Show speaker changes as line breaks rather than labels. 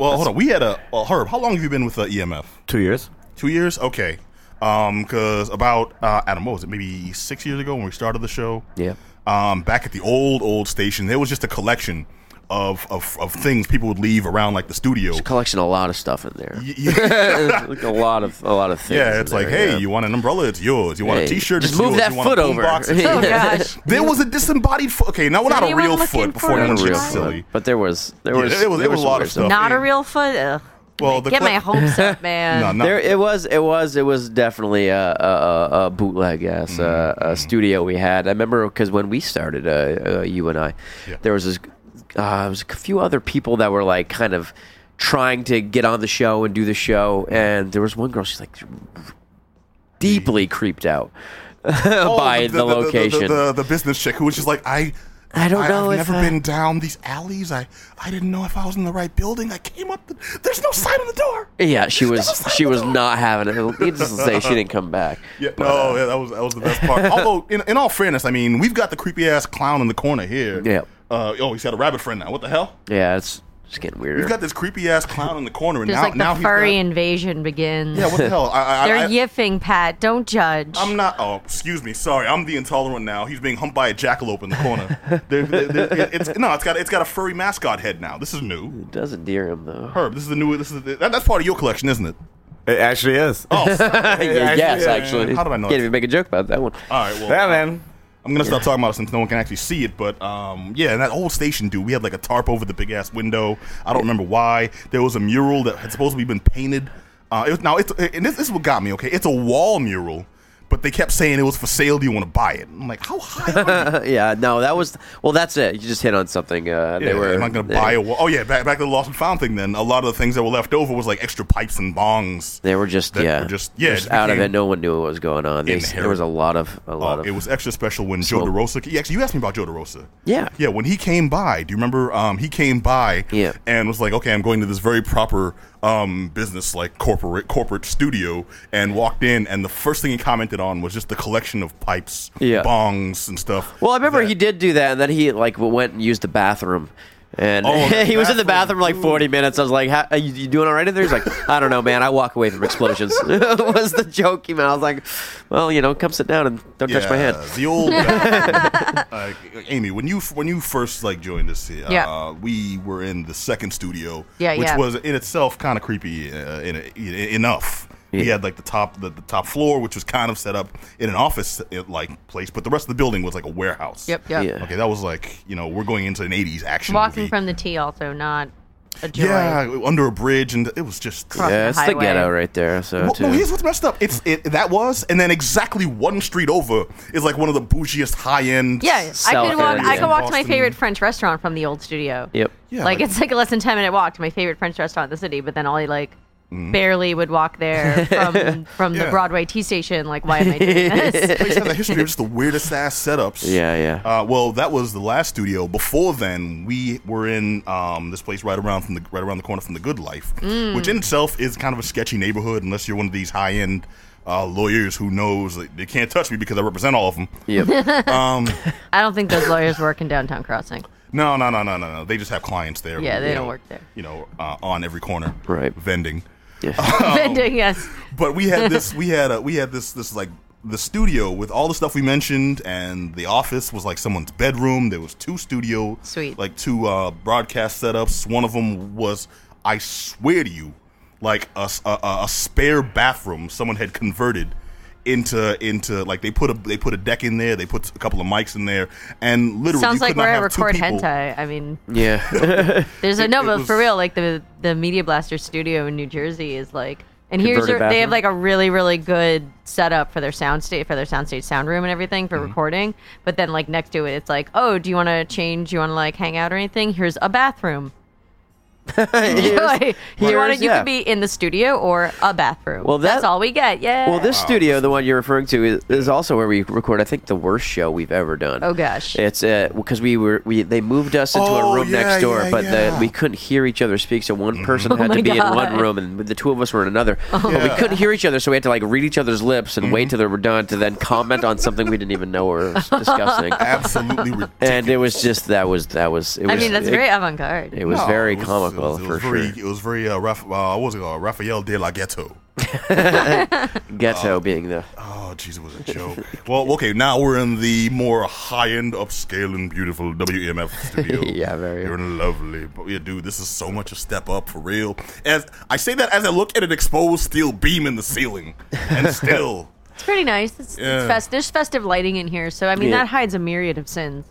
Well, hold on. We had a uh, Herb. How long have you been with uh, EMF?
Two years.
Two years. Okay. Um, because about uh, Adam, what was it? Maybe six years ago when we started the show.
Yeah.
Um, back at the old old station, there was just a collection of of, of things people would leave around like the studio.
Collection a lot of stuff in there.
Y- yeah.
like a lot of a lot of things.
Yeah,
in
it's like,
there,
hey,
yeah.
you want an umbrella? It's yours. You want
Hey,
a T-shirt?
just
it's
move
yours.
that
you want
foot
a
over.
boombox? It's
Oh,
yours.
gosh.
There was a disembodied foot. Okay, now not a
anyone
real
looking
foot. Before
for
that
a
shit
child?
silly.
But there was there was
there was- there was a
some
lot
weird
of stuff.
Not a
Yeah.
real foot. Ugh.
Well, the
Get my
clip-
hopes up, man.
No, no.
There it was it was it was definitely a a, a- a bootleg ass uh,
Mm-hmm.
a studio we had. I remember because when we started, uh, uh, you and I,
Yeah.
there was this, uh, there was a few other people that were like kind of trying to get on the show and do the show,
Mm-hmm.
and there was one girl she's like deeply creeped out
Oh,
by the, location.
The, the- the business chick who was just like, I.
I don't know
I've
if
never
I-
been down these alleys. I, I didn't know if I was in the right building. I came up. The, there's no sign on the door.
yeah, she was she was not having it. Needless to say, she didn't come back.
Yeah, no, yeah, that was that was the best part. Although, in, in all fairness, I mean, we've got the creepy ass clown in the corner here.
Yeah.
Uh, oh, he's got a rabbit friend now. What the hell?
Yeah, it's it's getting weirder.
We've got this creepy ass clown in the corner, and
Just
now
like
now
the
he's
furry
got-
invasion begins.
yeah, what the hell? I, I,
They're
I,
yiffing, Pat. Don't judge.
I'm not. Oh, excuse me. Sorry, I'm the intolerant now. He's being humped by a jackalope in the corner. There- there- there- it- it's no, it's got it's got a furry mascot head now. This is new.
it does endear him though.
Herb, this is the new. This is the, that, that's part of your collection, isn't it?
It actually is.
Oh, sorry.
Yeah, yes,
yeah,
actually.
How did I know that?
Can't even make a joke about that one.
All right, well,
Yeah, man.
I'm gonna stop talking about it since no one can actually see it. But um, yeah, and that old station, dude, we had like a tarp over the big ass window. I don't remember why. There was a mural that had supposedly been painted. Uh, it was, now it's and this, this is what got me. Okay, it's a wall mural, but they kept saying it was for sale. Do you want to buy it? I'm like, how high? Are you?
yeah, no, that was well. That's it. You just hit on something.
Yeah,
Uh, they were.
I'm not gonna buy a wall. Oh yeah, back back to the lost and found thing. Then a lot of the things that were left over was like extra pipes and bongs.
They were just
that
yeah,
were just- yeah, it
out of
became
it. No one knew what was going on. They,
inherent.
there was a lot of a lot
Oh,
of.
it was extra special when Joe
Smoke.
DeRosa. Yeah, actually, you asked me about Joe DeRosa.
Yeah.
yeah. When he came by, do you remember? Um, he came by.
Yeah.
and was like, "Okay, I'm going to this very proper um, business, like corporate corporate studio," and walked in, and the first thing he commented on was just the collection of pipes,
Yeah.
bongs, and stuff.
well, I remember
that-
he did do that, and then he like w- went and used the bathroom. And
Oh, the
he was in the
bathroom.
bathroom like 40 minutes. I was like, How, are you, you doing all right in there? He's like, I don't know, man. I walk away from explosions. was the joke he made. I was like, well, you know, come sit down and don't touch my hand.
The old uh, uh, Amy, when you when you first like joined us, uh,
Yeah.
we were in the second studio,
Yeah,
which
yeah.
was in itself kind of creepy uh, in, in, enough. We
Yeah.
had like the top the, the top floor, which was kind of set up in an office uh, like place, but the rest of the building was like a warehouse.
Yep, yep.
Yeah.
Okay, that was like you know we're going into an '80s action
Walking
movie.
from the tea, also not a joy.
yeah, under a bridge, and it was just
Across the
Yeah, it's the
highway.
ghetto right there. So
Well,
too.
no, here's what's messed up. It's it that was, and then exactly one street over is like one of the bougiest high end.
Yeah, I
South
could walk.
area.
I could walk to my
Boston.
favorite French restaurant from the old studio.
Yep.
Yeah,
like,
like-
it's like a less than ten minute walk to my favorite French restaurant in the city, but then all I like barely would walk there from from
Mm. Yeah.
the Broadway T station. Like, why am I doing this?
place has a history of just the weirdest ass setups.
Yeah, yeah.
Uh, well, that was the last studio. Before then, we were in um, this place right around from the right around the corner from the Good Life,
Mm.
which in itself is kind of a sketchy neighborhood unless you're one of these high end uh, lawyers who knows that they can't touch me because I represent all of them.
Yep.
I don't think those lawyers work in downtown crossing.
No, no, no, no, no, no. They just have clients there.
Yeah,
who,
they
you
don't
know,
work there.
You know, uh, on every corner,
Right.
Vending. Oh.
Vending, yes.
But we had this. We had a. We had this. This like the studio with all the stuff we mentioned, and the office was like someone's bedroom. There was two studio,
Sweet.
like two uh, broadcast setups. One of them was, I swear to you, like a, s- a- a- a spare bathroom someone had converted into into like they put a they put a deck in there. They put a couple of mics in there, and literally
Sounds
you
like
could not
where I
have two
record
people-
hentai. I mean,
yeah.
There's a no,
it
but for
was-
real, like the the Media Blaster studio in New Jersey is like, and here's
Converted
their, they have
bathroom?
like a really really good setup for their sound state for their soundstage sound room and everything
Mm-hmm.
for recording. But then like next to it, it's like, oh, do you want to change? Do you want to like hang out or anything? Here's a bathroom. Like, you want
here's-
You
yeah.
could be in the studio or a bathroom.
Well, that-
that's all we get. Yeah.
Well, this studio, the one you're referring to, is, is also where we record. I think the worst show we've ever done.
Oh, gosh.
It's because we were we they moved us into
Oh,
a room
yeah,
next door,
yeah,
but
yeah. Mm-hmm.
The, we couldn't hear each other speak. So one person had
Oh, my
to be in one
God. Oh,
room, and the two of us were in another. But we
Yeah.
couldn't hear each other, so we had to like read each other's lips and
Mm-hmm.
wait till they were done to then comment on something we didn't even know we were discussing.
Absolutely ridiculous.
and it was just that was that was. It was
I mean, that's
it,
very avant garde.
It was very
Oh, it was- it was,
uncle
it
for
was very,
sure.
It was very uh, Raf- uh, what was it called? Rafael de la Ghetto.
Ghetto being the
Oh, jeez, it was a joke. well, okay, now we're in the more high-end, upscale, and beautiful WMF studio.
Yeah, very.
You're lovely, but yeah, dude, this is so much a step up for real. As I say that, as I look at an exposed steel beam in the ceiling, and still.
It's pretty nice. It's,
Yeah.
it's fest- there's festive lighting in here, so I mean
Yeah.
that hides a myriad of sins.